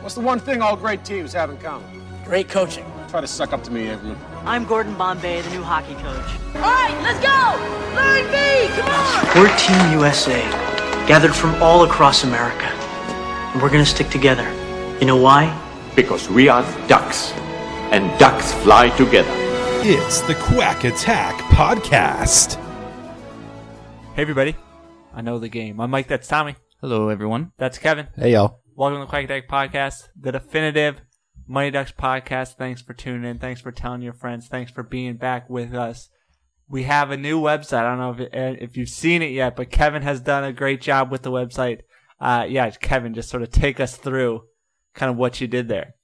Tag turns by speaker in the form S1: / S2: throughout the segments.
S1: What's the one thing all great teams have in common?
S2: Great coaching.
S1: Try to suck up to me, Eggman.
S3: I'm Gordon Bombay, the new hockey coach.
S4: All right, let's go! Larry B, come on!
S2: We're Team USA, gathered from all across America. And we're going to stick together. You know why?
S5: Because we are ducks, and ducks fly together.
S6: It's the Quack Attack Podcast.
S7: Hey everybody, I know the game. I'm Mike. That's Tommy.
S8: Hello, everyone.
S7: That's Kevin.
S6: Hey, y'all.
S7: Welcome to the Quack Deck Podcast, the definitive Money Ducks podcast. Thanks for tuning in. Thanks for telling your friends. Thanks for being back with us. We have a new website. I don't know if uh, if you've seen it yet, but Kevin has done a great job with the website. Uh, yeah, Kevin, just sort of take us through kind of what you did there.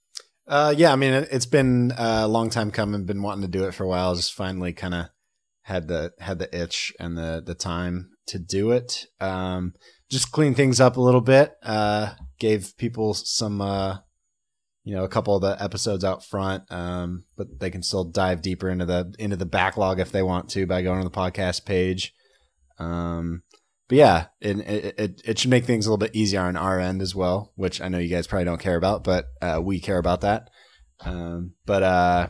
S9: Uh, yeah, I mean, it, it's been uh, a long time coming. Been wanting to do it for a while. Just finally kind of had the had the itch and the the time to do it. Um, just clean things up a little bit. Uh, gave people some, uh, you know, a couple of the episodes out front, um, but they can still dive deeper into the into the backlog if they want to by going to the podcast page. Um, but yeah, it, it it- it should make things a little bit easier on our end as well, which I know you guys probably don't care about, but uh, we care about that. Um, but uh,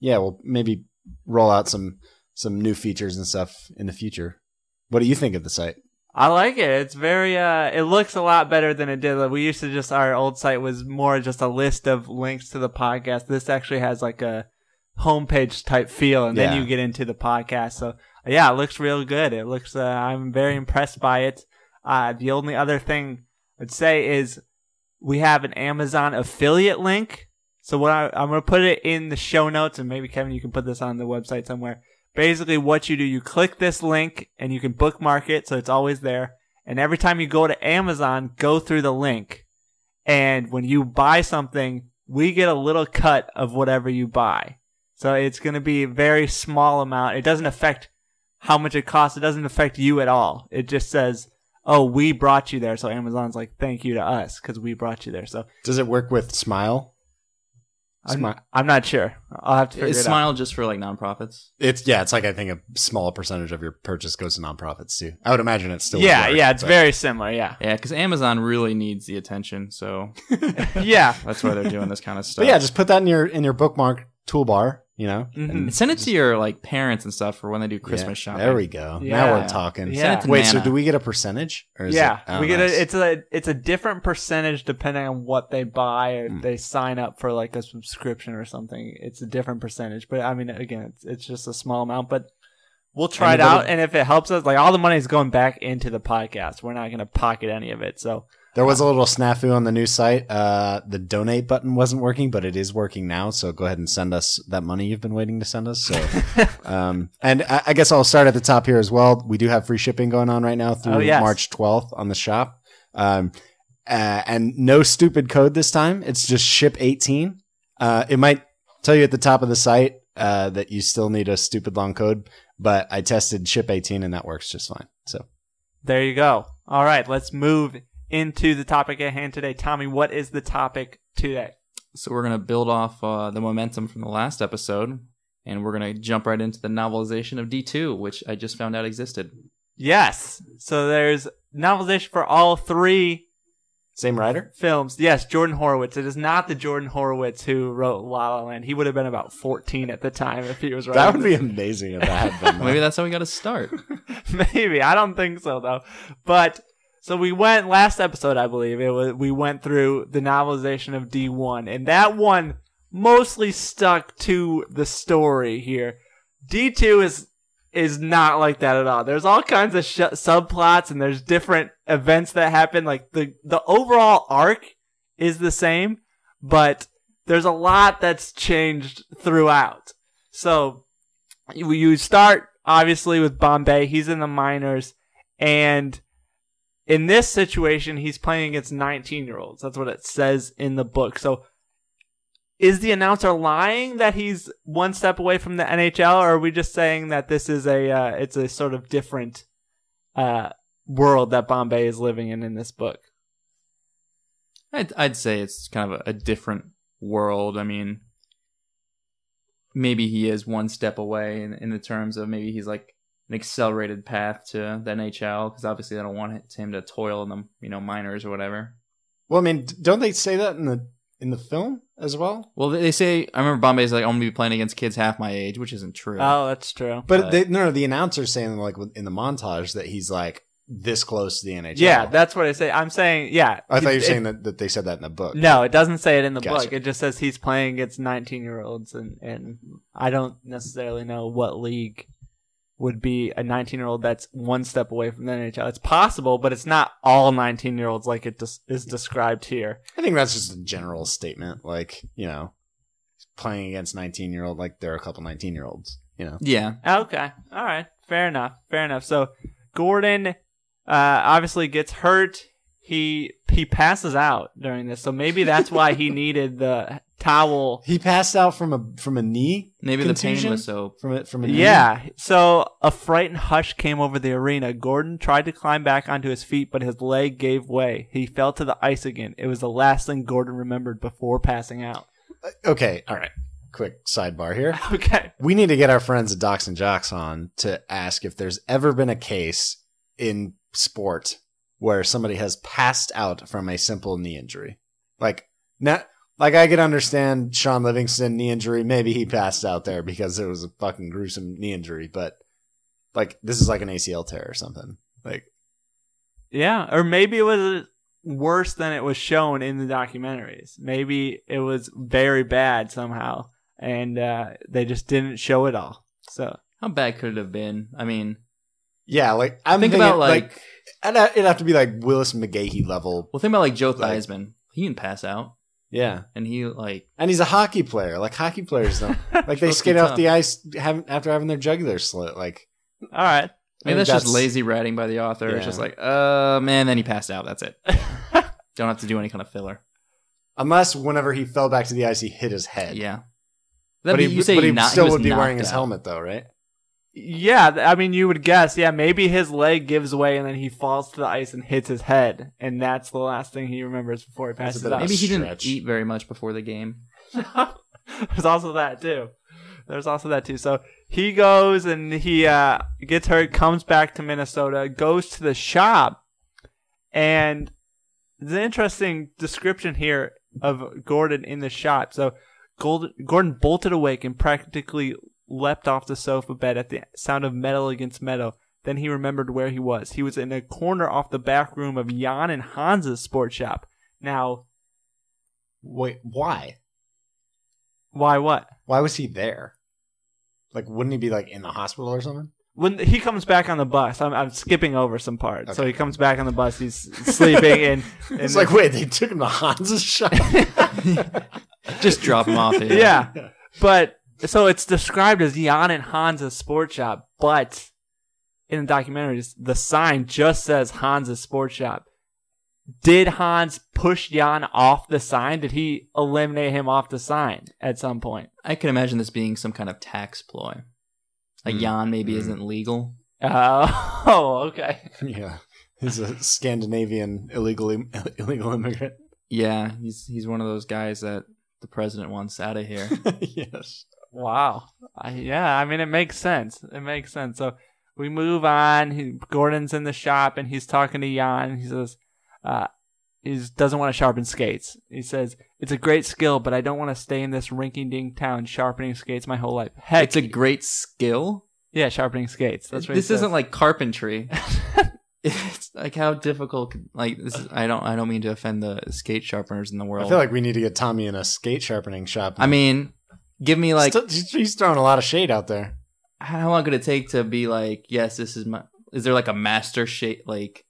S9: yeah, we'll maybe roll out some some new features and stuff in the future. What do you think of the site?
S7: I like it. It's very. Uh, it looks a lot better than it did. Like, we used to just our old site was more just a list of links to the podcast. This actually has like a homepage type feel, and then
S9: Yeah.
S7: you get into the podcast. So yeah, it looks real good. It looks. Uh, I'm very impressed by it. Uh, the only other thing I'd say is we have an Amazon affiliate link. So what I, I'm gonna put it in the show notes, and maybe Kevin, you can put this on the website somewhere. Basically, what you do, you click this link, and you can bookmark it, so it's always there. And every time you go to Amazon, go through the link, and when you buy something, we get a little cut of whatever you buy. So it's gonna be a very small amount. It doesn't affect how much it costs. It doesn't affect you at all. It just says, "Oh, we brought you there." So Amazon's like, "Thank you to us because we brought you there." So
S9: Does it work with Smile?
S7: I'm,
S9: Smi-
S7: I'm not sure. I'll have to figure
S8: Is
S7: it
S8: Smile just for like nonprofits?
S9: It's yeah, it's like I think a small percentage of your purchase goes to nonprofits too. I would imagine it's
S7: out.
S9: still
S7: Yeah,
S9: would work,
S7: yeah, it's
S9: but-
S7: very similar. Yeah,
S8: Yeah, because Amazon really needs the attention, so
S7: yeah.
S8: that's why they're doing this kind of stuff.
S9: But yeah, just put that in your in your bookmark toolbar. You know,
S7: Mhm.
S8: send it to your like parents and stuff for when they do Christmas
S9: Yeah,
S8: shopping.
S9: There we go. Now
S7: Yeah.
S9: we're talking.
S7: Send it to
S9: Wait,
S8: Nana.
S9: so do we get a percentage? Or is
S7: yeah,
S9: it- oh,
S7: we get
S9: nice.
S7: a, it's a it's a different percentage depending on what they buy
S9: Hmm.
S7: or if they sign up for like a subscription or something. It's a different percentage, but I mean, again, it's it's just a small amount, but we'll try it
S9: Anybody-
S7: out, and if it helps us, like all the money is going back into the podcast. We're not going to pocket any of it, so
S9: There was a little snafu on the new site. Uh, the donate button wasn't working, but it is working now. So go ahead and send us that money you've been waiting to send us. So, um, and I, I guess I'll start at the top here as well. We do have free shipping going on right now through
S7: Oh, yes.
S9: March 12th on the shop. Um, uh, and no stupid code this time. It's just ship 18. Uh, it might tell you at the top of the site uh, that you still need a stupid long code, but I tested ship 18 and that works just fine. So.
S7: there you go. All right, let's move into the topic at hand today. Tommy, what is the topic today?
S8: So we're gonna build off uh, the momentum from the last episode, and we're gonna jump right into the novelization of D two, which I just found out existed.
S7: Yes. So there's novelization for all three
S9: Same writer?
S7: films. Yes, Jordan Horowitz. It is not the Jordan Horowitz who wrote La La Land. He would have been about 14 at the time if he was right.
S9: That would be amazing if that had been. that.
S8: Maybe that's how we got to start.
S7: Maybe. I don't think so though. But so we went last episode, I believe it was. We went through the novelization of D one, and that one mostly stuck to the story here. D two is is not like that at all. There's all kinds of sh- subplots, and there's different events that happen. Like the the overall arc is the same, but there's a lot that's changed throughout. So you, you start obviously with Bombay. He's in the minors, and in this situation, he's playing against 19 year olds. That's what it says in the book. So is the announcer lying that he's one step away from the NHL, or are we just saying that this is a uh, it's a sort of different uh, world that Bombay is living in in this book?
S8: I'd, I'd say it's kind of a, a different world. I mean, maybe he is one step away in, in the terms of maybe he's like an accelerated path to the NHL because obviously they don't want it- him to toil in the you know minors or whatever.
S9: Well, I mean, d- don't they say that in the in the film as well?
S8: Well, they they say I remember Bombay's like I'm gonna be playing against kids half my age, which isn't true.
S7: Oh, that's true.
S9: But they, no, no, the announcer's saying like with- in the montage that he's like this close to the NHL.
S7: Yeah, that's what I say. I'm saying, yeah.
S9: I thought you
S7: It-
S9: were saying that, that they said that in the book.
S7: No, it doesn't say it in the
S9: Gotcha.
S7: book. It just says he's playing against 19 year olds, and, and I don't necessarily know what league would be a 19 year old that's one step away from the NHL. It's possible, but it's not all 19 year olds like it dis- is described here.
S9: I think that's just a general statement. Like you know, playing against nineteen year old, like there are a couple nineteen year olds. You know,
S8: yeah,
S7: Okay. All right. Fair enough. Fair enough. So Gordon uh, obviously gets hurt. He he passes out during this, so maybe that's why he needed the towel.
S9: he passed out from a from a knee.
S8: maybe the
S9: contusion?
S8: pain was so.
S9: from it from a knee.
S7: Yeah. So a frightened hush came over the arena. Gordon tried to climb back onto his feet, but his leg gave way. He fell to the ice again. It was the last thing Gordon remembered before passing out.
S9: Okay. All right. Quick sidebar here.
S7: Okay.
S9: We need to get our friends at Docs and Jocks on to ask if there's ever been a case in sport where somebody has passed out from a simple knee injury. Like not like I could understand Sean Livingston knee injury. Maybe he passed out there because it was a fucking gruesome knee injury, but like this is like an ACL tear or something. Like
S7: Yeah, or maybe it was worse than it was shown in the documentaries. Maybe it was very bad somehow, and uh, they just didn't show it all. So
S8: How bad could it have been? I mean,
S9: yeah, like I'm
S8: think
S9: thinking,
S8: about like,
S9: I'd ha- it'd have to be like Willis McGahee level.
S8: well, think about like Joe
S9: like-
S8: Theismann. He didn't pass out,
S9: Yeah.
S8: and he like
S9: And he's a hockey player. Like hockey players don't like they
S8: Supposed to
S9: skate
S8: be
S9: off
S8: tough.
S9: the ice having, after having their jugular slit. Like
S7: all
S8: I
S7: right,
S8: mean,
S9: think
S8: that's, just lazy writing by the author. It's
S9: Yeah.
S8: just like, uh, man, then he passed out. That's it. Don't have to do any kind of filler.
S9: Unless whenever he fell back to the ice, he hit his head.
S8: Yeah.
S9: but
S8: That'd
S9: he,
S8: be- you say
S9: but he
S8: not-
S9: still
S8: was
S9: would be wearing
S8: knocked
S9: his
S8: out.
S9: helmet though, right?
S7: yeah, th- I mean, you would guess. Yeah, maybe his leg gives way, and then he falls to the ice and hits his head, and that's the last thing he remembers before he
S9: That's a
S7: passes
S9: bit of
S7: out.
S9: a
S8: Maybe he didn't
S9: stretch.
S8: eat very much before the game.
S7: There's also that too. There's also that too. So he goes and he uh, gets hurt, comes back to Minnesota, goes to the shop, and there's an interesting description here of Gordon in the shop. So Gold- Gordon bolted awake and practically leapt off the sofa bed at the sound of metal against metal. Then he remembered where he was. He was in a corner off the back room of Jan and Hans's sports shop. Now,
S9: Wait, why?
S7: why what?
S9: Why was he there? Like, wouldn't he be like in the hospital or something?
S7: when he comes back on the bus, I'm, I'm skipping over some parts. So he comes back on the bus, he's sleeping, and, and
S9: It's like, wait, they took him to Hans's shop.
S8: Just drop him off. Here.
S7: yeah. But so it's described as Jan and Hansa's sports shop, but in the documentaries, the sign just says Hansa's sports shop. Did Hans push Jan off the sign? Did he eliminate him off the sign at some point?
S8: I can imagine this being some kind of tax ploy. Like Jan maybe isn't legal.
S7: Uh, oh, okay.
S9: yeah, he's a Scandinavian illegal im- illegal immigrant.
S8: Yeah, he's he's one of those guys that the president wants out of here.
S9: yes.
S7: Wow. I, yeah, I mean, it makes sense. It makes sense. So we move on. He, Gordon's in the shop and he's talking to Jan. He says, uh, he just doesn't want to sharpen skates. He says, it's a great skill, but I don't want to stay in this rinky dink town sharpening skates my whole life. Heck.
S8: it's a great skill.
S7: yeah, sharpening skates. That's what he
S8: this
S7: says.
S8: isn't like carpentry. it's like how difficult. could- Like this. Is, I don't. I don't mean to offend the skate sharpeners in the world.
S9: I feel like we need to get Tommy in a skate sharpening shop.
S8: I mean, give me like
S9: Still- he's throwing a lot of shade out there.
S8: how long could it take to be like, yes, this is my. Is there like a master shape like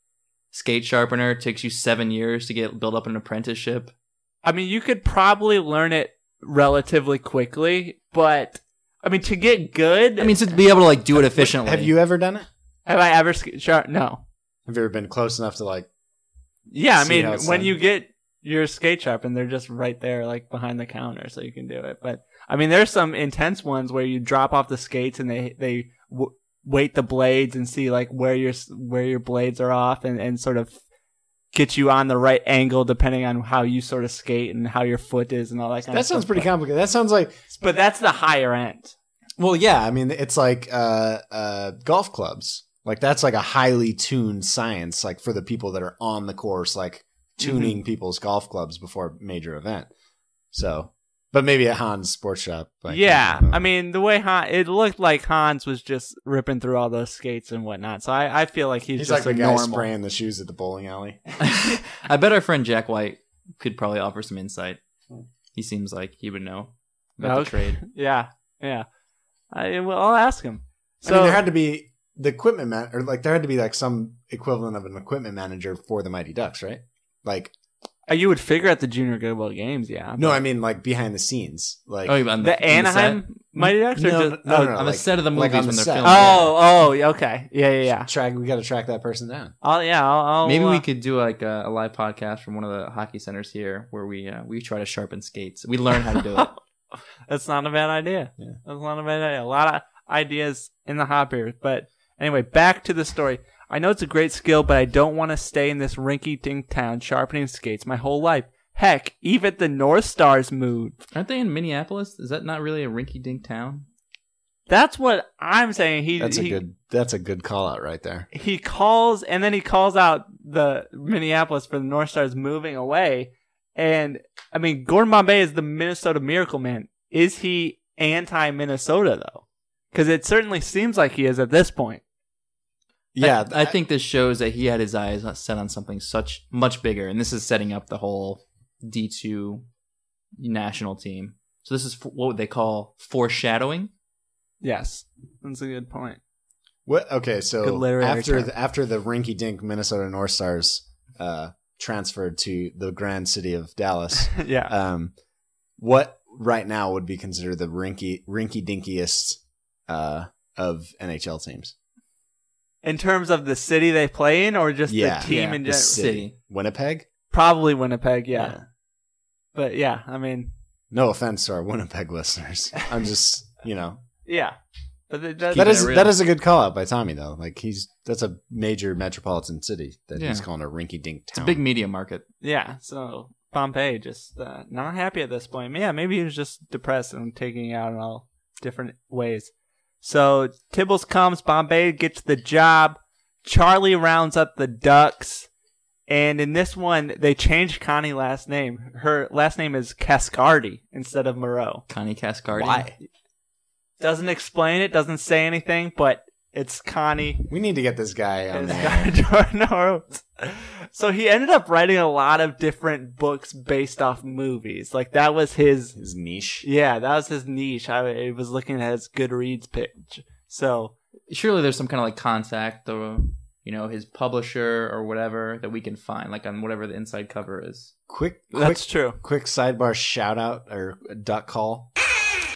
S8: skate sharpener? It takes you seven years to get build up an apprenticeship.
S7: I mean, you could probably learn it relatively quickly, but I mean, to get good,
S8: I mean, to be able to like do it efficiently.
S9: Have you ever done it?
S7: have I ever, sk- shar- no.
S9: Have you ever been close enough to like?
S7: Yeah, I
S9: See
S7: mean,
S9: how it's
S7: when
S9: done.
S7: you get your skate shop and they're just right there, like behind the counter, so you can do it. But I mean, there's some intense ones where you drop off the skates and they they w- weight the blades and see like where your s- where your blades are off and and sort of get you on the right angle depending on how you sort of skate and how your foot is and all that kind
S9: That
S7: of
S9: sounds
S7: stuff.
S9: pretty complicated. That sounds like
S7: But that's the higher end.
S9: Well, yeah, I mean, it's like uh, uh, golf clubs. Like that's like a highly tuned science, like for the people that are on the course, like
S7: Mm-hmm.
S9: tuning people's golf clubs before a major event. So, but maybe at Hans Sports Shop. Like, uh-huh.
S7: yeah,
S9: don't know.
S7: I mean the way Han, it looked like Hans was just ripping through all those skates and whatnot. So I, I feel like he's,
S9: he's
S7: just
S9: like the
S7: a
S9: guy
S7: normal.
S9: spraying the shoes at the bowling alley.
S8: I bet our friend Jack White could probably offer some insight. He seems like he would know about the
S7: Okay.
S8: trade.
S7: Yeah, yeah. I well, I'll ask him.
S9: I mean,
S7: So
S9: there had to be the equipment man, or like there had to be like some equivalent of an equipment manager for the Mighty Ducks, right? Like,
S7: uh, you would figure out the junior Goodwill games, yeah.
S9: no, I mean like behind the scenes, like
S8: oh, on
S7: the,
S8: the, on
S7: Anaheim Mighty Ducks, or
S9: No,
S7: just,
S9: no, no, no,
S8: set? oh, on
S9: like-
S8: the set of the
S9: like
S8: movies
S9: on
S8: when
S9: the
S8: they're
S9: set.
S8: filming.
S7: oh, oh, yeah, okay, yeah, yeah, yeah.
S9: track. We got to track that person down.
S7: I'll, yeah, I'll, I'll,
S8: Maybe we
S7: uh,
S8: could do like a, a live podcast from one of the hockey centers here, where we uh, we try to sharpen skates. We learn how to do it.
S7: That's not a bad idea.
S9: Yeah.
S7: That's not a bad idea. A lot of ideas in the hot beer. But anyway, back to the story. I know it's a great skill, but I don't want to stay in this rinky dink town sharpening skates my whole life. Heck, even the North Stars moved.
S8: Aren't they in Minneapolis? Is that not really a rinky-dink town?
S7: That's what I'm saying. He
S9: That's a
S7: he-
S9: good. That's a good call out right there.
S7: he calls and then he calls out the Minneapolis for the North Stars moving away. And I mean, Gordon Bombay is the Minnesota Miracle Man. Is he anti Minnesota though? Because it certainly seems like he is at this point.
S9: Yeah,
S8: I, I think this shows that he had his eyes set on something such much bigger, and this is setting up the whole D two national team. So this is f- what would they call foreshadowing.
S7: Yes, that's a good point.
S9: What? Okay,
S7: Good
S9: so
S7: literary
S9: after
S7: term.
S9: the, after the rinky-dink Minnesota North Stars uh, transferred to the grand city of Dallas,
S7: yeah,
S9: um, what right now would be considered the rinky rinky-dinkiest uh, of NHL teams?
S7: in terms of the city they play in, or just
S9: Yeah.
S7: the team
S8: Yeah,
S7: in
S8: the
S7: general,
S8: city.
S9: Winnipeg.
S7: probably Winnipeg. Yeah. but yeah, I mean,
S9: No offense to our Winnipeg listeners. I'm just you know
S7: yeah, but th- that,
S9: that is
S8: it real.
S9: that is a good call out by Tommy though. Like he's that's a major metropolitan city that he's
S8: Yeah.
S9: calling a rinky-dink
S8: It's a
S9: town.
S8: big media market.
S7: Yeah, so Pompeii just uh, not happy at this point. Yeah, maybe he was just depressed and taking it out in all different ways. So Tibbles comes, Bombay gets the job. Charlie rounds up the Ducks. And in this one, they changed Connie's last name. Her last name is Cascardi instead of Moreau.
S8: Connie Cascardi.
S7: Doesn't explain it, doesn't say anything, but it's Connie
S9: We need to get this guy on
S7: is
S9: the air.
S7: Guy Jordan Horowitz. So he ended up writing a lot of different books based off movies. Like that was his,
S9: his niche.
S7: yeah, that was his niche. I I was looking at his Goodreads page. So
S8: Surely there's some kind of like contact or you know his publisher or whatever that we can find, like on whatever the inside cover is.
S9: Quick, quick,
S7: that's true.
S9: quick sidebar shout out or duck call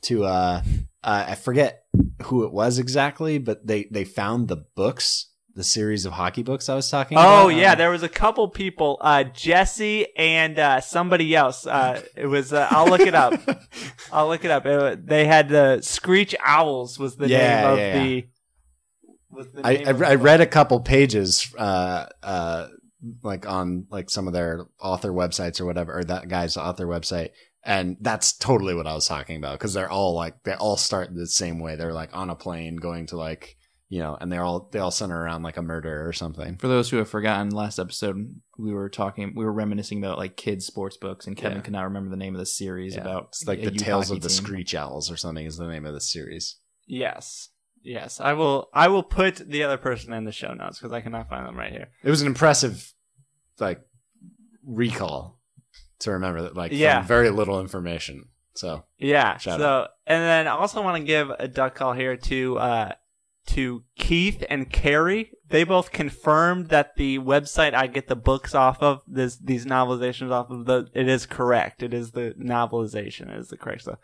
S9: to uh, uh I forget who it was exactly, but they they found the books, the series of hockey books I was talking about.
S7: Oh yeah, there was a couple people, uh, Jesse and uh, somebody else. Uh, it was uh, I'll look it up. I'll look it up. It, wa- they had the Screech Owls was the name
S9: Yeah,
S7: of
S9: yeah,
S7: the. Was the
S9: I,
S7: name
S9: I
S7: of
S9: I
S7: the-
S9: read a couple pages uh uh like on like some of their author websites or whatever or that guy's author website and that's totally what I was talking about because they're all like they all start the same way. They're like on a plane going to like you know, and they're all they all center around like a murder or something.
S8: For those who have forgotten, last episode we were talking, we were reminiscing about like kids' sports books, and Kevin
S9: Yeah.
S8: could not remember the name of the series
S9: Yeah.
S8: about
S9: It's like
S8: a
S9: the
S8: youth
S9: Tales
S8: hockey
S9: of the
S8: team.
S9: Screech Owls or something is the name of the series.
S7: Yes. Yes. I will I will put the other person in the show notes because I cannot find them right here.
S9: It was an impressive, like, recall to remember that, like,
S7: Yeah.
S9: from very little information. So
S7: Yeah.
S9: Shout
S7: so and then I also want to give a duck call here to uh to Keith and Carrie. They both confirmed that the website I get the books off of, this these novelizations off of the it is correct. It is the novelization, it is the correct stuff.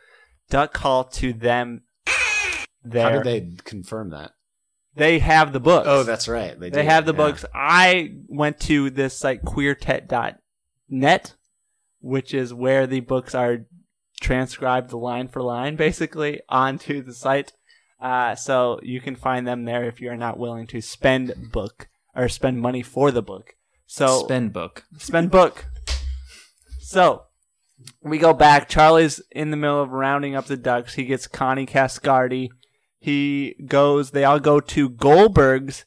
S7: Duck call to them there.
S9: how did they confirm that?
S7: they have the books.
S9: Oh, that's right. They,
S7: They
S9: do,
S7: have the
S9: yeah.
S7: books. I went to this site queertet.net, which is where the books are transcribed line for line, basically, onto the site. Uh, so you can find them there if you're not willing to spend book or spend money for the book. So
S8: Spend book.
S7: spend book. So we go back. Charlie's in the middle of rounding up the ducks. He gets Connie Cascardi. He goes. They all go to Goldberg's,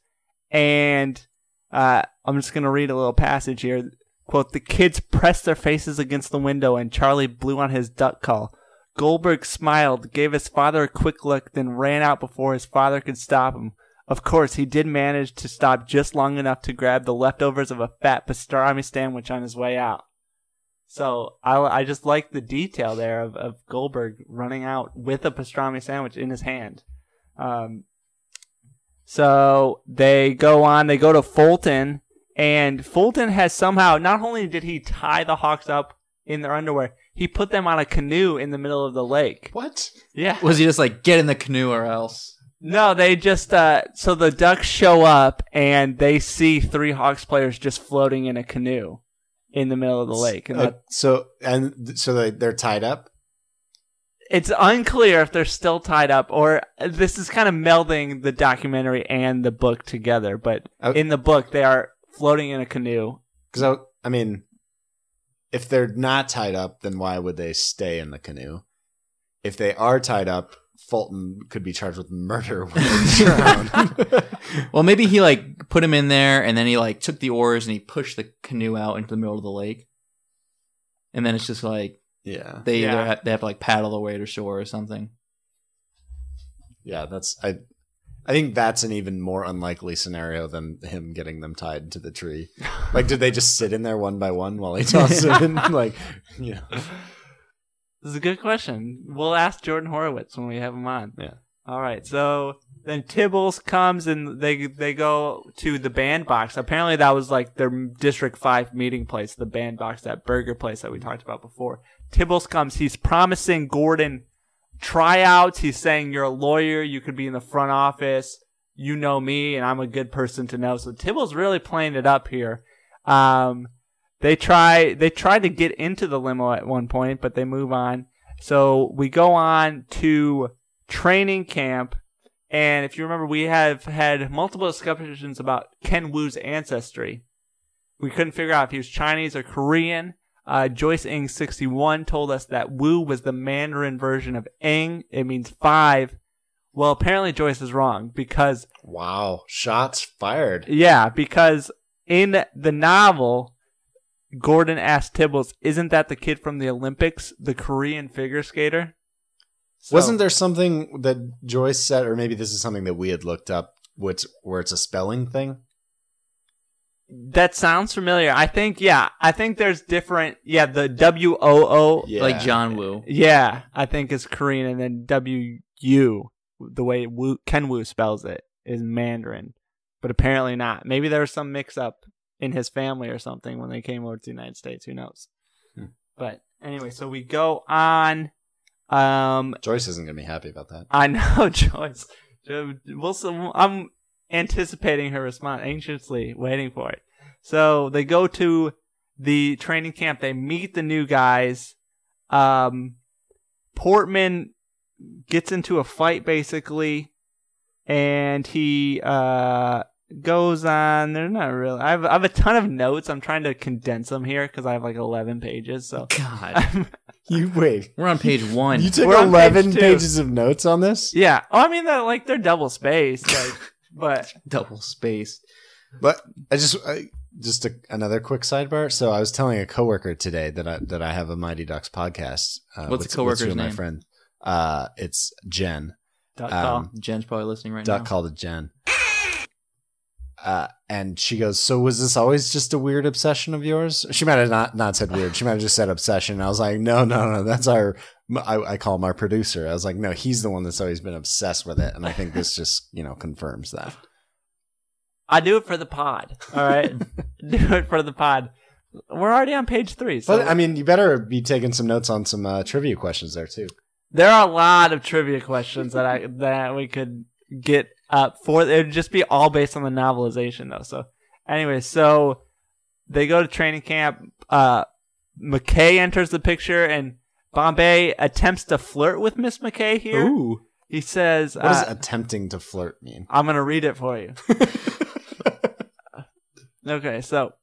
S7: and uh, I'm just gonna read a little passage here. Quote: The kids pressed their faces against the window, and Charlie blew on his duck call. Goldberg smiled, gave his father a quick look, then ran out before his father could stop him. Of course, he did manage to stop just long enough to grab the leftovers of a fat pastrami sandwich on his way out. So I, I just like the detail there of, of Goldberg running out with a pastrami sandwich in his hand. Um, so they go on, they go to Fulton, and Fulton has somehow, not only did he tie the Hawks up in their underwear, he put them on a canoe in the middle of the lake.
S9: What?
S7: Yeah.
S8: Was he just like get in the canoe or else?
S7: No, they just uh so the ducks show up and they see three Hawks players just floating in a canoe in the middle of the lake. And
S9: Oh,
S7: that,
S9: so and th- so they they're tied up.
S7: it's unclear if they're still tied up or this is kind of melding the documentary and the book together, but
S9: Oh.
S7: in the book they are floating in a canoe.
S9: Because I, I mean, if they're not tied up, then why would they stay in the canoe? If they are tied up, Fulton could be charged with murder when they drown.
S8: Well, maybe he like put him in there and then he like took the oars and he pushed the canoe out into the middle of the lake. And then it's just like
S9: yeah,
S8: they
S7: Yeah.
S8: either ha- they have to like paddle their way to shore or something.
S9: yeah. That's I. I think that's an even more unlikely scenario than him getting them tied to the tree. Like, did they just sit in there one by one while he tosses them? In? Like, yeah,
S7: This is a good question. We'll ask Jordan Horowitz when we have him on.
S9: Yeah.
S7: All right. So then Tibbles comes and they they go to the bandbox. Apparently that was like their District Five meeting place, the bandbox, that burger place that we talked about before. Tibbles comes. He's promising Gordon tryouts. He's saying you're a lawyer. You could be in the front office. You know me, and I'm a good person to know. So Tibbles really playing it up here. Um, they try they try to get into the limo at one point, but they move on. So we go on to training camp, and if you remember, we have had multiple discussions about Ken Wu's ancestry. We couldn't figure out if he was Chinese or Korean. Uh, Joyce Ng sixty one told us that Wu was the Mandarin version of Ng. It means five. Well, apparently Joyce is wrong because
S9: wow, shots fired.
S7: yeah, because in the novel, Gordon asked Tibbles, "Isn't that the kid from the Olympics, the Korean figure skater?" So-
S9: Wasn't there something that Joyce said, or maybe this is something that we had looked up, which where it's a spelling thing?
S7: That sounds familiar. I think yeah. I think there's different. Yeah, the W O O.
S8: Like John Woo.
S7: Yeah, I think is Korean, and then W U, the way Wu, Ken Wu spells it, is Mandarin, but apparently not. Maybe there was some mix up in his family or something when they came over to the United States. Who knows? But anyway, so we go on. Um,
S9: Joyce isn't going to be happy about that.
S7: I know Joyce. Jo- We'll, s- I'm anticipating her response anxiously, waiting for it. So they go to the training camp. They meet the new guys. Um, Portman gets into a fight basically, and he uh, goes on. They're not really. I have, I have a ton of notes. I'm trying to condense them here because I have like 11 pages. So
S8: God.
S9: You wait.
S8: We're on page one.
S9: You took
S7: We're on page
S9: eleven
S7: two.
S9: pages of notes on this,
S7: yeah. Oh, I mean, they're like they're double spaced, like, but.
S8: Double spaced.
S9: but I just I, just a, another quick sidebar. So I was telling a coworker today that I that I have a Mighty Ducks podcast. Uh,
S8: What's
S9: with-
S8: the coworker's
S9: with two of My
S8: name?
S9: friend, uh, it's Jen.
S7: Duck
S9: Um,
S7: call.
S8: Jen's probably listening right
S9: Duck
S8: now.
S9: called it Jen. Uh, and she goes, "So was this always just a weird obsession of yours?" She might have not not said weird. She might have just said obsession. I was like, "No, no, no. That's our." I, I call him our producer. I was like, "No, he's the one that's always been obsessed with it." And I think this just you know confirms that.
S7: I do it for the pod. All right, do it for the pod. We're already on page three, so
S9: But I mean, you better be taking some notes on some uh, trivia questions there too.
S7: there are a lot of trivia questions that I that we could get Uh, for it would just be all based on the novelization though. So anyway, so they go to training camp. Uh, McKay enters the picture and Bombay attempts to flirt with Miss McKay here.
S8: Ooh.
S7: He says,
S9: What does
S7: uh,
S9: attempting to flirt mean?
S7: I'm going to read it for you. okay, so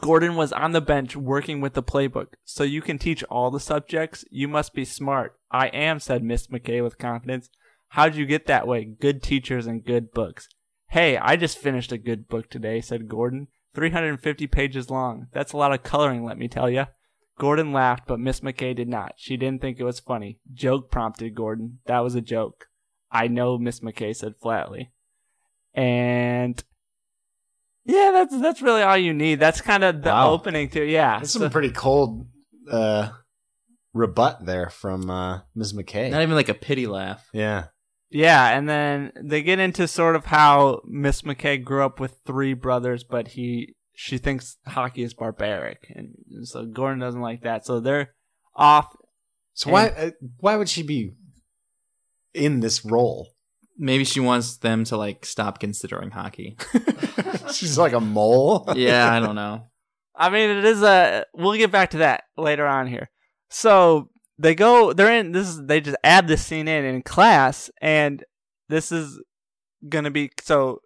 S7: Gordon was on the bench working with the playbook. So you can teach all the subjects. You must be smart. I am, said Miss McKay with confidence. How'd you get that way? Good teachers and good books. Hey, I just finished a good book today, said Gordon. 350 pages long. That's a lot of coloring, let me tell ya. Gordon laughed, but Miss McKay did not. She didn't think it was funny. Joke prompted Gordon. That was a joke. I know, Miss McKay said flatly. And yeah, that's that's really all you need. That's kind of the
S9: Wow.
S7: opening to yeah.
S9: That's
S7: so-
S9: some pretty cold uh, rebut there from uh, Ms. McKay.
S8: Not even like a pity laugh.
S9: yeah.
S7: Yeah, and then they get into sort of how Miss McKay grew up with three brothers, but he she thinks hockey is barbaric, and so Gordon doesn't like that. So they're off.
S9: So why uh, why would she be in this role?
S8: Maybe she wants them to like stop considering hockey.
S9: She's like a mole.
S8: yeah, I don't know.
S7: I mean, it is a. We'll get back to that later on here. So they go. They're in. This is. They just add this scene in in class, and this is gonna be so.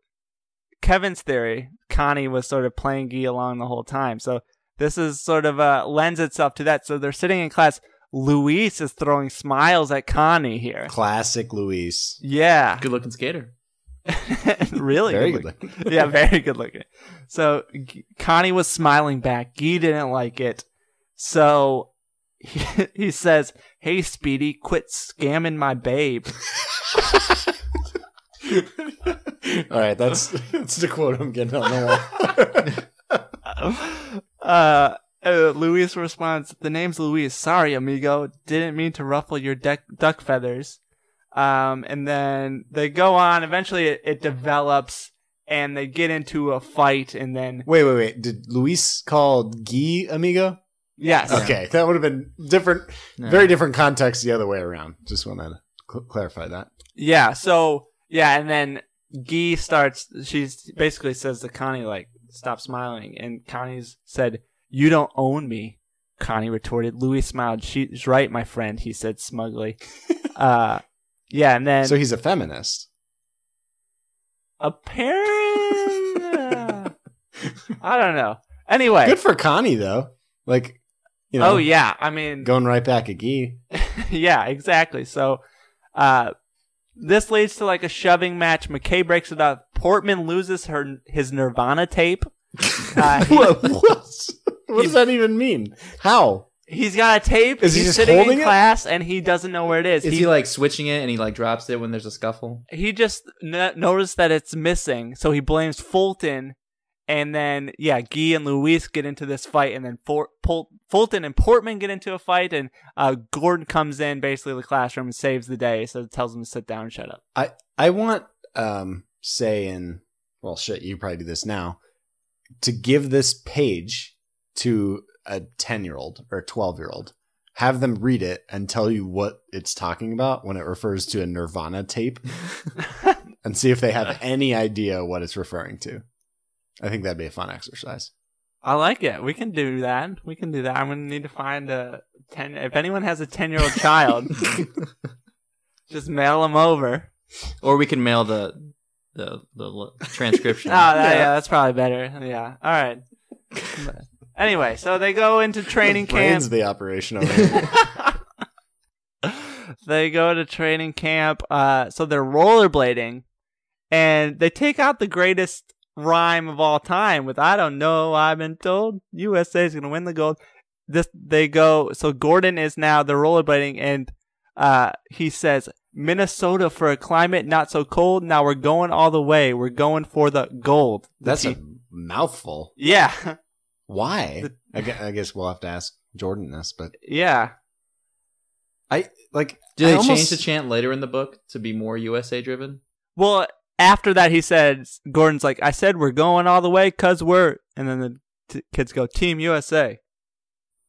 S7: Kevin's theory. Connie was sort of playing Guy along the whole time. So this is sort of uh, lends itself to that. So they're sitting in class. Luis is throwing smiles at Connie here.
S9: Classic Luis.
S7: Yeah,
S8: Good looking skater.
S7: really.
S9: Very
S7: good
S9: good. looking.
S7: yeah, very good looking. So G- Connie was smiling back. Guy didn't like it. So he, he says, Hey, Speedy, quit scamming my babe.
S9: All right, that's that's the quote I'm getting on the wall.
S7: uh, uh, Luis responds, The name's Luis. Sorry, amigo. Didn't mean to ruffle your duck duck feathers. Um, and then they go on. Eventually, it, it develops and they get into a fight. And then,
S9: wait, wait, wait. Did Luis call Guy amigo?
S7: yes.
S9: Okay, that would have been different,
S8: No.
S9: very different context the other way around. Just want to cl- clarify that.
S7: Yeah. So yeah, and then Gee starts. She's basically says to Connie like, "Stop smiling." And Connie's said, "You don't own me." Connie retorted. Louis smiled. She's right, my friend. He said smugly. uh, yeah, and then
S9: so he's a feminist.
S7: apparent. uh, I don't know. Anyway.
S9: Good for Connie though. Like, you know,
S7: oh yeah. I mean,
S9: going right back at Guy.
S7: yeah, exactly. So, uh, this leads to like a shoving match. McKay breaks it up. Portman loses her his Nirvana tape. Uh, he-
S9: what? What does that even mean? How?
S7: he's got a tape.
S9: Is he
S7: he's
S9: just
S7: sitting
S9: holding
S7: in
S9: it?
S7: class and he doesn't know where it is.
S8: Is
S7: he,
S8: he like switching it and he like drops it when there's a scuffle?
S7: he just n- noticed that it's missing, so he blames Fulton. And then, yeah, Guy and Luis get into this fight, and then For- Pol- Fulton and Portman get into a fight, and uh, Gordon comes in basically the classroom and saves the day. So tells him to sit down and shut up.
S9: I I want um say in well shit you probably do this now to give this page to a 10 year old or 12 year old have them read it and tell you what it's talking about when it refers to a nirvana tape and see if they have any idea what it's referring to i think that'd be a fun exercise
S7: I like it. We can do that. We can do that. I'm gonna need to find a ten. If anyone has a ten year old child, just mail them over.
S8: Or we can mail the the the l- transcription.
S7: Oh,
S9: Ah,
S7: that, yeah. that's probably better. Yeah. All right. anyway, so they go into training camp.
S9: Brains the operation over here.
S7: they go to training camp. Uh, so they're rollerblading, and they take out the greatest rhyme of all time with "I don't know, I've been told USA is gonna win the gold." This they go. So Gordon is now the rollerblading, and uh, he says Minnesota for a climate not so cold. Now we're going all the way. We're going for the gold. The
S9: that's a
S7: te-
S9: mouthful
S7: yeah.
S9: why I gue- I guess we'll have to ask jordan this but
S7: Yeah.
S9: i like
S8: Do they
S9: I almost-
S8: change the chant later in the book to be more USA driven?
S7: Well, after that, he said, Gordon's like, I said we're going all the way because we're. And then the t- kids go, Team USA.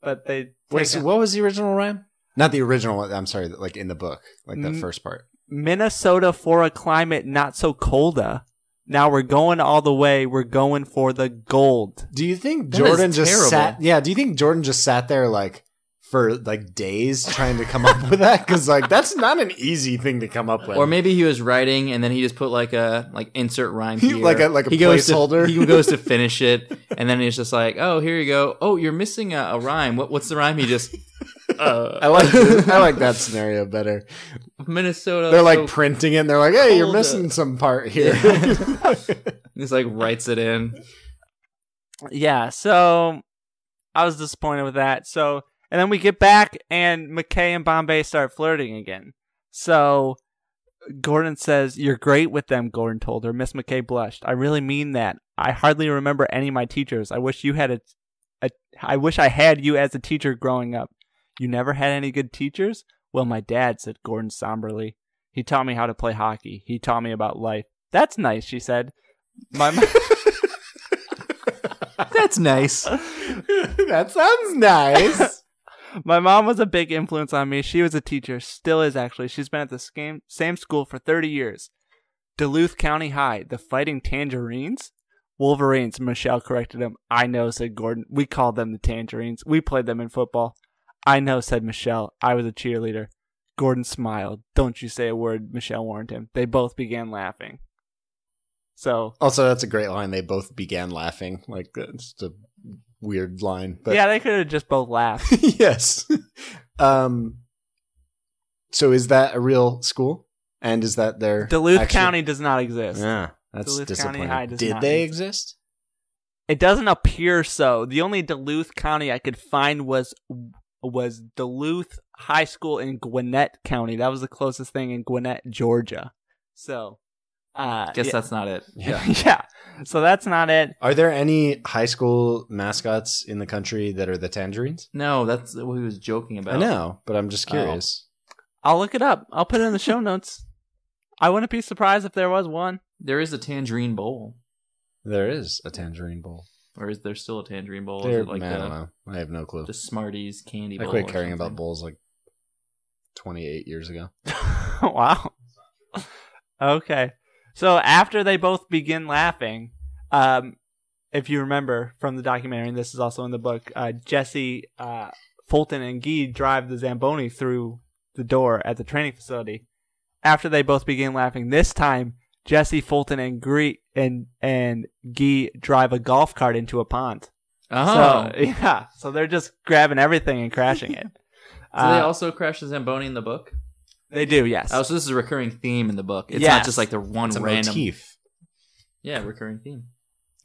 S7: But they.
S9: Wait,
S7: take
S8: uh,
S9: so
S7: a-
S9: what was the original rhyme? Not the original one. I'm sorry, like in the book, like the
S7: Mm.
S9: first part.
S7: Minnesota for a climate not so colda. Now we're going all the way. We're going for the gold.
S9: Do you think
S8: That is
S9: Jordan just
S8: terrible.
S9: sat? Yeah. Do you think Jordan just sat there like for like days trying to come up with that? Because like that's not an easy thing to come up with.
S8: Or maybe he was writing and then he just put like a like insert rhyme here.
S9: Like a- like a
S8: he goes to-
S9: placeholder.
S8: he goes to finish it and then he's just like, oh, here you go. Oh, you're missing a, a rhyme. What, what's the rhyme? He just uh,
S9: I like this- I like that scenario better.
S8: Minnesota.
S9: They're like
S8: so-
S9: printing it. and They're like, hey, you're
S8: Hold up.
S9: missing some part here.
S8: just like writes it in.
S7: Yeah, so I was disappointed with that. So, and then we get back, and McKay and Bombay start flirting again. So, Gordon says, You're great with them, Gordon told her. Miss McKay blushed. I really mean that. I hardly remember any of my teachers. I wish you had a, a I wish I had you as a teacher growing up. You never had any good teachers? Well, my dad, said Gordon somberly. He taught me how to play hockey. He taught me about life. That's nice, she said. My mo-
S8: That's nice.
S9: that sounds nice.
S7: My mom was a big influence on me. She was a teacher, still is actually. She's been at the same, same school for 30 years. Duluth County High, the Fighting Tangerines? Wolverines, Michelle corrected him. I know, said Gordon. We called them the Tangerines. We played them in football. I know, said Michelle. I was a cheerleader. Gordon smiled. Don't you say a word, Michelle warned him. They both began laughing. So,
S9: also, that's a great line. They both began laughing. Like that's just a weird line. But
S7: yeah, they could have just both laughed.
S9: yes. Um. So is that a real school? And is that their
S7: Duluth
S9: actual-
S7: County does not exist.
S9: Yeah, that's
S7: Duluth County
S9: disappointing.
S7: High does
S9: Did
S7: not
S9: they
S7: exist.
S9: exist?
S7: It doesn't appear so. The only Duluth County I could find was was Duluth High School in Gwinnett County. That was the closest thing in Gwinnett, Georgia. So, uh,
S8: Guess
S7: yeah,
S8: that's not it.
S9: Yeah.
S7: yeah. So that's not it.
S9: Are there any high school mascots in the country that are the tangerines?
S8: No, that's what he was joking about.
S9: I know, but I'm
S8: Oh.
S9: just curious.
S7: I'll look it up. I'll put it in the show notes. I wouldn't be surprised if there was one.
S8: There is a tangerine bowl.
S9: There is a tangerine bowl.
S8: Or is there still a tangerine bowl?
S9: There-
S8: is it like
S9: I don't
S8: the,
S9: know. I have no clue.
S8: the Smarties candy
S9: I
S8: bowl?
S9: quit
S8: or
S9: caring about
S8: something?
S9: bowls like 28 years ago.
S7: wow. Okay. So after they both begin laughing, um, if you remember from the documentary, and this is also in the book, uh, Jesse uh, Fulton and Gee drive the Zamboni through the door at the training facility. After they both begin laughing, this time Jesse Fulton and Gee and and Gee drive a golf cart into a pond.
S8: Oh.
S7: So, yeah. So they're just grabbing everything and crashing it.
S8: Do they
S7: Uh,
S8: also crash the Zamboni in the book?
S7: they do, yes.
S8: Oh, so this is a recurring theme in the book. It's not
S7: Yes.
S8: just like the one
S9: It's a
S8: random.
S9: motif.
S8: Yeah, recurring theme.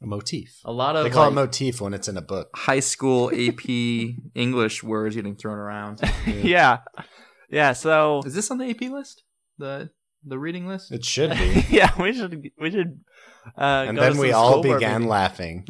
S9: A motif.
S8: A lot of
S9: They call it
S8: like,
S9: motif when it's in a book.
S8: high school AP English words getting thrown around.
S7: yeah. Yeah, so
S8: Is this on the AP list? The the reading list?
S9: It should be.
S7: yeah, we should we should uh
S9: and
S7: go to
S9: then we
S7: some
S9: all
S7: school board
S9: began
S7: meeting.
S9: laughing.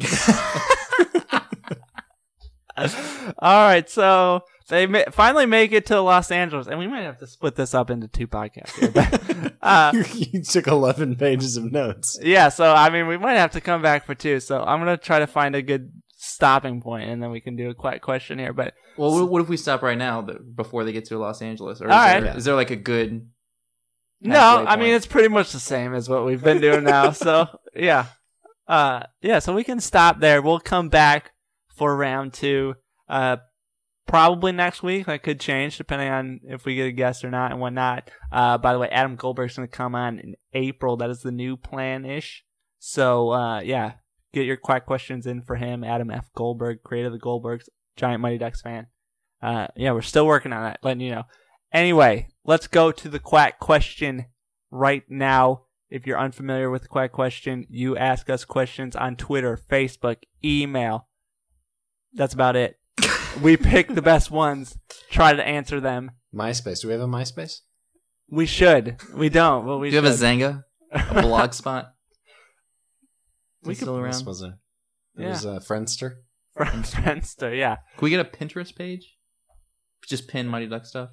S7: all right, so they ma- finally make it to Los Angeles and we might have to split this up into two podcasts. Here, but, uh,
S9: you took 11 pages of notes.
S7: yeah, so I mean, we might have to come back for two. So I'm going to try to find a good stopping point and then we can do a quick question here, but
S8: Well, what, what if we stop right now that, before they get to Los Angeles? Or is,
S7: All right.
S8: there, is there like a good?
S7: No,
S8: halfway
S7: I mean
S8: point?
S7: it's pretty much the same as what we've been doing now. so yeah, uh, yeah. So we can stop there. We'll come back for round two, uh, probably next week. That could change depending on if we get a guest or not and whatnot. Uh, by the way, Adam Goldberg's going to come on in April. That is the new plan ish. So uh, yeah, get your quack questions in for him. Adam F. Goldberg, creator of the Goldbergs, giant Mighty Ducks fan. Uh, yeah, we're still working on that. Letting you know. Anyway, let's go to the quack question right now. If you're unfamiliar with the quack question, you ask us questions on Twitter, Facebook, email. That's about it. we pick the best ones, try to answer them.
S9: MySpace. Do we have a MySpace?
S7: We should. We don't, but
S8: Do
S7: we
S8: you have
S7: should.
S8: a Zanga? A blog spot? Is
S7: We
S8: it
S7: could-
S8: still around?
S9: This
S8: Can
S9: was a, it
S7: Yeah.
S9: was a Friendster.
S7: from Friendster, yeah.
S8: we get a Pinterest page? Just pin Mighty Duck stuff.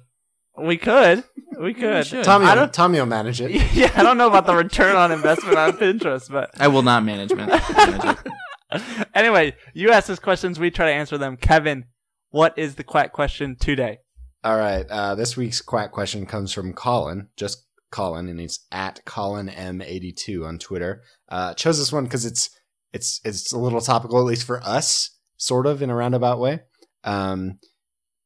S7: We could. We could.
S8: should.
S9: Tommy,
S7: I
S9: will-
S7: don't-
S9: Tommy will manage it.
S7: yeah, I don't know about the return on investment on Pinterest, but
S8: I will not management. manage it.
S7: anyway, you ask us questions, we try to answer them. Kevin, what is the quack question today?
S9: All right. Uh, this week's quack question comes from Colin, just Colin, and he's at Colin M82 on Twitter. Uh, chose this one because it's it's it's a little topical, at least for us, sort of in a roundabout way. Um,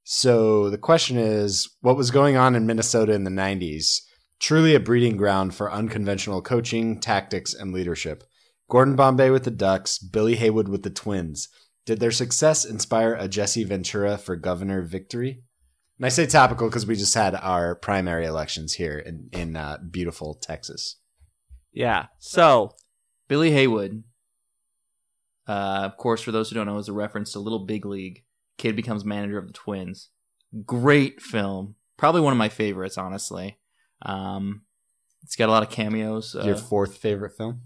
S9: so the question is, what was going on in Minnesota in the '90s? Truly a breeding ground for unconventional coaching, tactics, and leadership. Gordon Bombay with the Ducks, Billy Haywood with the Twins. Did their success inspire a Jesse Ventura for governor victory? And I say topical because we just had our primary elections here in, in uh, beautiful Texas.
S7: Yeah. So
S8: Billy Haywood, uh, of course, for those who don't know, is a reference to Little Big League. Kid becomes manager of the Twins. Great film. Probably one of my favorites, honestly. Um, it's got a lot of cameos. Uh,
S9: Your fourth favorite film?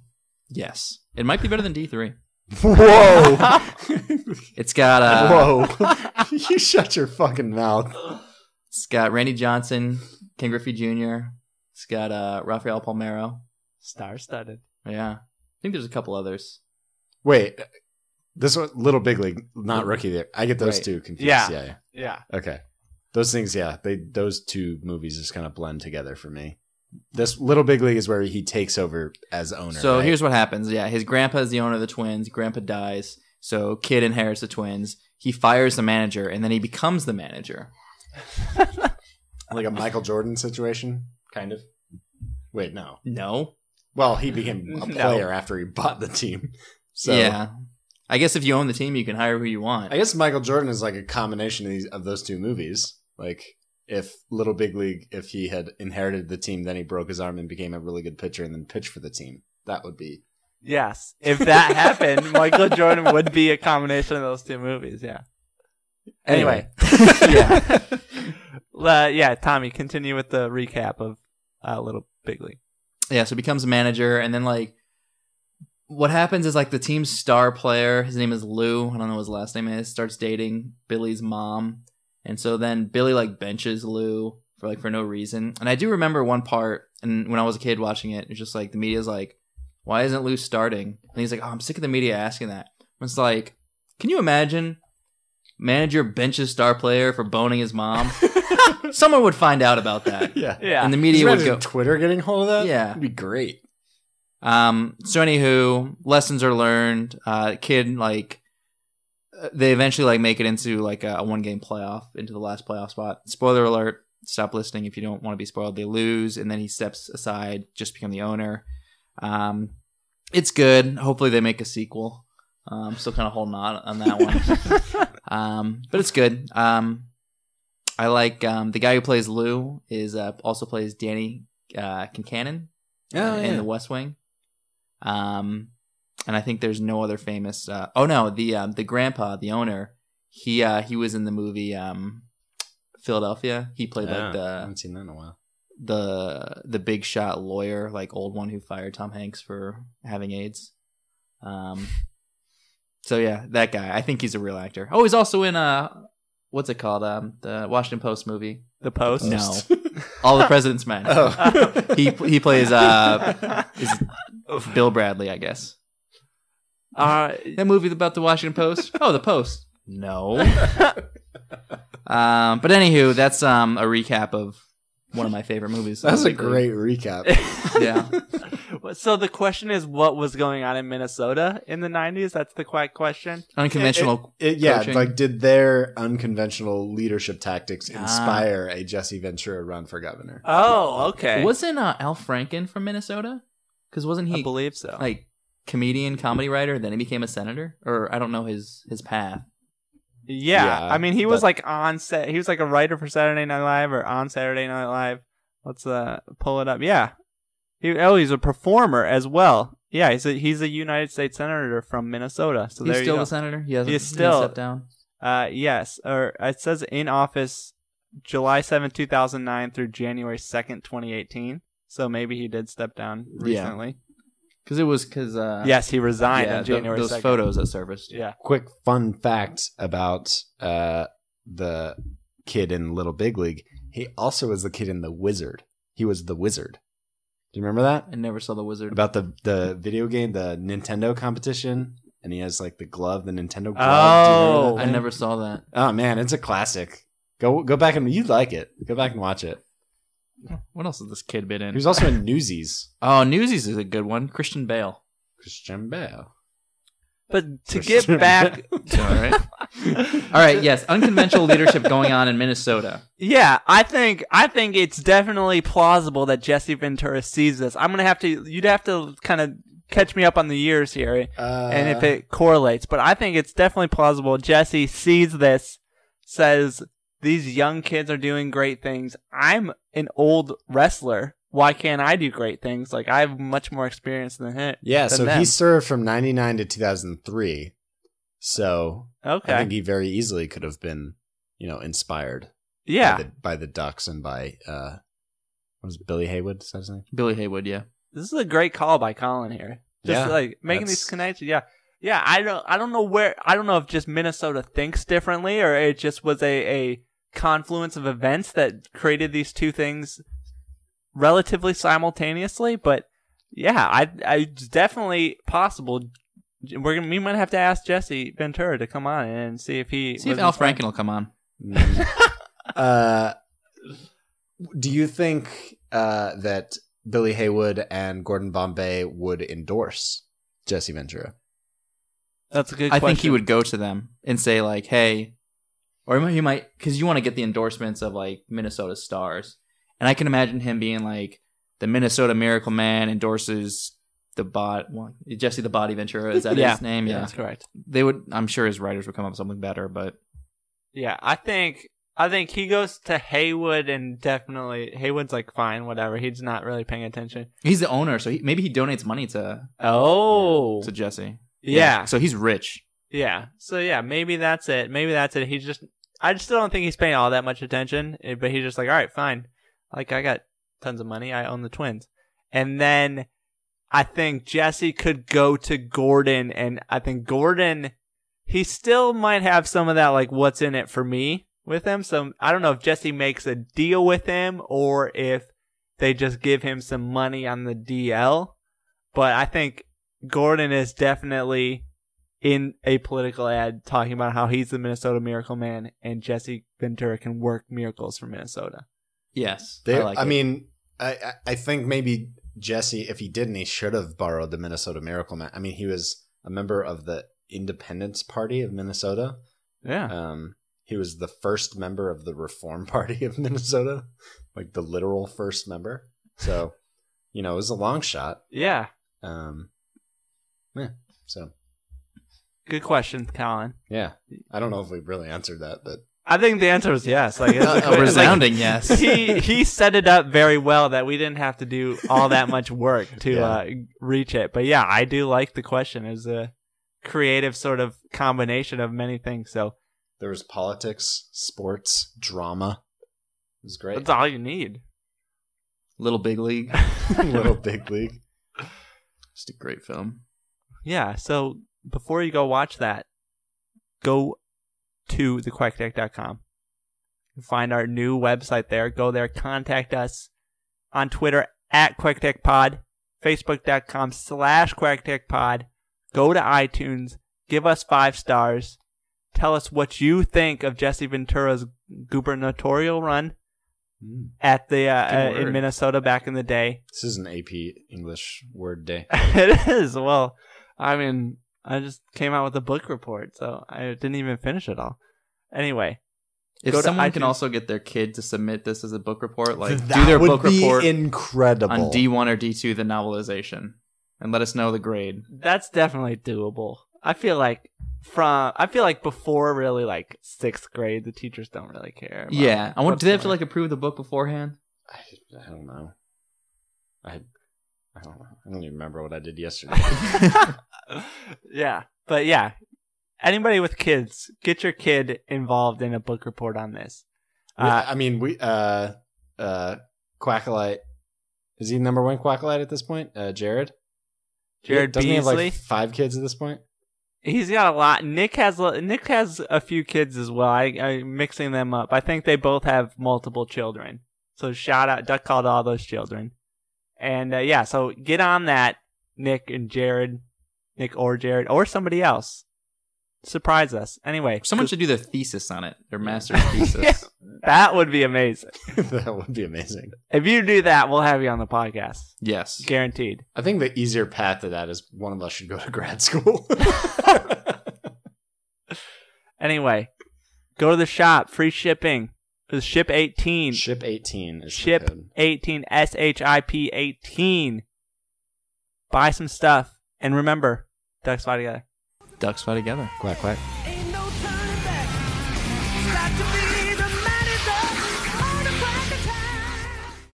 S8: yes. It might be better than D3.
S9: Whoa!
S8: It's got uh,
S9: Whoa! you shut your fucking mouth.
S8: It's got Randy Johnson, Ken Griffey Jr. It's got uh, Rafael Palmero.
S7: star studded.
S8: Yeah, I think there's a couple others.
S9: Wait, this one, Little Big League, not rookie. There, I get those
S8: Right.
S9: two confused.
S7: Yeah.
S9: yeah,
S7: Yeah.
S9: yeah. Okay, those things. Yeah, they those two movies just kind of blend together for me. This Little Big League is where he takes over as owner.
S8: so
S9: right?
S8: here's what happens. Yeah, his grandpa is the owner of the Twins. Grandpa dies, so kid inherits the Twins. He fires the manager, and then he becomes the manager.
S9: like a Michael Jordan situation, kind of. Wait, no.
S8: No,
S9: Well, he became
S7: No.
S9: a player after he bought the team. So
S8: yeah, I guess if you own the team, you can hire who you want.
S9: I guess Michael Jordan is like a combination of, these, of those two movies. Like if Little Big League, if he had inherited the team, then he broke his arm and became a really good pitcher, and then pitched for the team. That would be
S7: Yes. If that happened, Michael Jordan would be a combination of those two movies. Yeah. Anyway. yeah. Uh, yeah. Tommy, continue with the recap of uh, Little Big League.
S8: yeah, so he becomes a manager, and then like what happens is like the team's star player, his name is Lou, I don't know what his last name is, starts dating Billy's mom. And so then Billy like benches Lou for like for no reason. And I do remember one part and when I was a kid watching it, it's just like the media's like, Why isn't Lou starting? And he's like, Oh, I'm sick of the media asking that. And it's like, Can you imagine manager benches star player for boning his mom? Someone would find out about that.
S9: yeah.
S7: Yeah.
S8: And the media would go
S9: Twitter getting hold of that.
S8: Yeah.
S9: That'd be great.
S8: Um, so anywho, lessons are learned. Uh, kid, like, uh, they eventually like make it into like a, a one game playoff into the last playoff spot. Spoiler alert. Stop listening if you don't want to be spoiled. They lose, and then he steps aside, just become the owner. Um, it's good. Hopefully, they make a sequel. Um, still kind of holding on on that one. um, but it's good. Um, I like um, the guy who plays Lou is uh, also plays Danny uh, Kincannon
S9: Oh,
S8: uh, in The West Wing. Um, and I think there's no other famous. Uh, oh no, the um, the grandpa, the owner, he uh, he was in the movie um, Philadelphia. He played
S9: Yeah.
S8: like the
S9: I haven't seen that in a while.
S8: the the big shot lawyer, like old one who fired Tom Hanks for having AIDS. Um, so yeah, that guy. I think he's a real actor. Oh, he's also in uh, what's it called? Um, the Washington Post movie.
S7: The post.
S8: No, All the President's Men.
S9: Oh,
S8: He he plays uh, is Bill Bradley, I guess.
S7: Uh,
S8: That movie about the Washington Post. Oh, the Post. No. um, but anywho, that's um a recap of one of my favorite movies.
S9: That was a great recap.
S8: yeah.
S7: Uh, so the question is, what was going on in Minnesota in the 90s? That's the quack question.
S8: unconventional.
S9: It- yeah,
S8: coaching.
S9: like did their unconventional leadership tactics
S8: Ah.
S9: inspire a Jesse Ventura run for governor?
S7: Oh, okay.
S8: wasn't uh, Al Franken from Minnesota? Because wasn't
S7: I
S8: he
S7: believe so.
S8: like comedian, comedy writer? Then he became a senator, or I don't know his his path.
S7: Yeah,
S9: Yeah,
S7: I mean, he was
S9: but-
S7: like on set. He was like a writer for Saturday Night Live or on Saturday Night Live. Let's uh pull it up. Yeah, he oh he's a performer as well. Yeah, he's a he's a United States senator from Minnesota. So
S8: he's
S7: there
S8: still
S7: you
S8: the
S7: go.
S8: senator. He hasn't
S7: He's
S8: he hasn't
S7: still-
S8: stepped down.
S7: uh, yes, or it says in office July seventh, two 2009 through January 2nd, 2018. So maybe he did step down recently.
S8: Because it was because uh,
S7: Yes, he resigned
S8: yeah,
S7: on
S8: tho-
S7: January
S8: those
S7: 2nd.
S8: photos that surfaced.
S7: Yeah.
S9: Quick fun fact about uh, the kid in Little Big League. He also was the kid in The Wizard. He was the Wizard. Do you remember that?
S8: I never saw the wizard.
S9: About the the video game, the Nintendo competition, and he has like the glove, the Nintendo
S7: Oh,
S9: glove. Do you remember that
S8: I
S9: thing?
S8: never saw that.
S9: Oh man, it's a classic. Go go back and you like it. Go back and watch it.
S8: What else has this kid been in?
S9: He was also in Newsies.
S8: oh, Newsies is a good one. Christian Bale.
S9: Christian Bale.
S7: But to get back,
S8: All right. All right. Yes, unconventional leadership going on in Minnesota.
S7: yeah, I think I think it's definitely plausible that Jesse Ventura sees this. I'm gonna have to. You'd have to kind of catch me up on the years here,
S9: Uh,
S7: and if it correlates. But I think it's definitely plausible. Jesse sees this, says these young kids are doing great things. I'm an old wrestler. Why can't I do great things? Like I have much more experience than him.
S9: Yeah,
S7: than
S9: so
S7: them.
S9: he served from 99 to 2003. So
S7: okay.
S9: I think he very easily could have been, you know, inspired
S7: yeah,
S9: by, the, by the Ducks and by, uh, what was it, Billy Haywood? Is that his name?
S8: Billy Haywood. Yeah.
S7: this is a great call by Colin here. Just
S9: Yeah,
S7: like making these
S9: that's-
S7: connections. Yeah. Yeah, I don't I don't know where I don't know if just Minnesota thinks differently or it just was a, a confluence of events that created these two things relatively simultaneously, but yeah, I I it's definitely possible we're gonna, we might have to ask Jesse Ventura to come on and see if he
S8: See if
S7: was
S8: Al
S7: inspired.
S8: Franken will come on.
S9: uh, do you think uh, that Billy Haywood and Gordon Bombay would endorse Jesse Ventura?
S7: That's a good.
S8: I
S7: question.
S8: think he would go to them and say like, "Hey," or he might- he might because you want to get the endorsements of like Minnesota stars, and I can imagine him being like, "The Minnesota Miracle Man endorses the bot well, Jesse the Body Ventura." Is that
S7: Yeah.
S8: his name?
S7: Yeah,
S8: Yeah.
S7: that's correct.
S8: they would. I'm sure his writers would come up with something better, but
S7: Yeah, I think I think he goes to Haywood and definitely Haywood's like fine, whatever. He's not really paying attention.
S8: he's the owner, so he, maybe he donates money to
S7: Oh,
S8: to Jesse.
S7: yeah,
S8: so he's rich.
S7: yeah. So yeah, maybe that's it. Maybe that's it. He's just I just still don't think he's paying all that much attention. eh, But he's just like, all right, fine. Like I got tons of money. I own the Twins, and then I think Jesse could go to Gordon, and I think Gordon he still might have some of that like what's in it for me with him. So I don't know if Jesse makes a deal with him or if they just give him some money on the DL. But I think Gordon is definitely in a political ad talking about how he's the Minnesota Miracle Man and Jesse Ventura can work miracles for Minnesota.
S8: Yes,
S9: They, I,
S8: I like. it.
S9: mean, I, I- I think maybe Jesse, if he didn't, he should have borrowed the Minnesota Miracle Man. I mean, he was a member of the Independence Party of Minnesota.
S7: Yeah.
S9: Um, he was the first member of the Reform Party of Minnesota, like the literal first member. So, you know, it was a long shot.
S7: Yeah.
S9: Um, yeah. So,
S7: Good question, Colin.
S9: yeah, I don't know if we really answered that, but
S7: I think the answer is yes. Like, it's
S9: A
S7: it's like-
S8: resounding yes.
S7: he he set it up very well that we didn't have to do all that much work to
S9: Yeah.
S7: uh, reach it. But yeah, I do like the question as a creative sort of combination of many things. So
S9: there was politics, sports, drama. It was great.
S7: that's all you need.
S8: Little Big League.
S9: Little big league.
S8: Just a great film.
S7: Yeah. So before you go watch that, go to thequackdeck.com. Find our new website there. Go there. Contact us on Twitter at QuackTechPod, Facebook.com slash QuackTechPod. Go to iTunes. Give us five stars. Tell us what you think of Jesse Ventura's gubernatorial run at the uh,
S8: Mm. Good
S7: uh, in
S8: word.
S7: Minnesota back in the day
S9: This is an AP English word day.
S7: it is. Well, I mean, I just came out with a book report, so I didn't even finish it all. Anyway,
S8: If
S7: Go to
S8: someone can
S7: iTunes.
S8: also get their kid to submit this as a book report, like
S9: That
S8: do their
S9: would
S8: book
S9: be
S8: report
S9: incredible.
S8: on D one or D two, the novelization, and let us know the grade.
S7: that's definitely doable. I feel like from I feel like before really like sixth grade, the teachers don't really care. about
S8: yeah, I want.
S7: what's
S8: Do they have to like
S7: going
S8: approve the book beforehand?
S9: I, I don't know. I I don't know. I don't even remember what I did yesterday.
S8: Uh,
S7: on. yeah, but yeah, anybody with kids, get your kid involved in a book report on this.
S9: Yeah, I mean, we uh uh Quackalite is he number one Quackalite at this point? Uh, Jared.
S7: Jared
S9: doesn't he have
S7: Beasley?
S9: like five kids at this point?
S7: He's got a lot. Nick has a- Nick has a few kids as well. I, I mixing them up. I think they both have multiple children. So shout out duck call to all those children. And uh, yeah, so get on that Nick and Jared, Nick or Jared or somebody else. Surprise us. Anyway,
S8: Someone should do their thesis on it, their master's thesis.
S7: that would be amazing.
S9: that would be amazing.
S7: If you do that, we'll have you on the podcast.
S8: Yes.
S7: Guaranteed.
S9: I think the easier path to that is one of us should go to grad school.
S7: Anyway, go to the shop. Free shipping. It's ship 18.
S9: Ship 18 is the
S7: Ship
S9: code.
S7: 18, S H I P 18. Buy some stuff. And remember, ducks fly together.
S8: Ducks fly together.
S9: Quack, quack.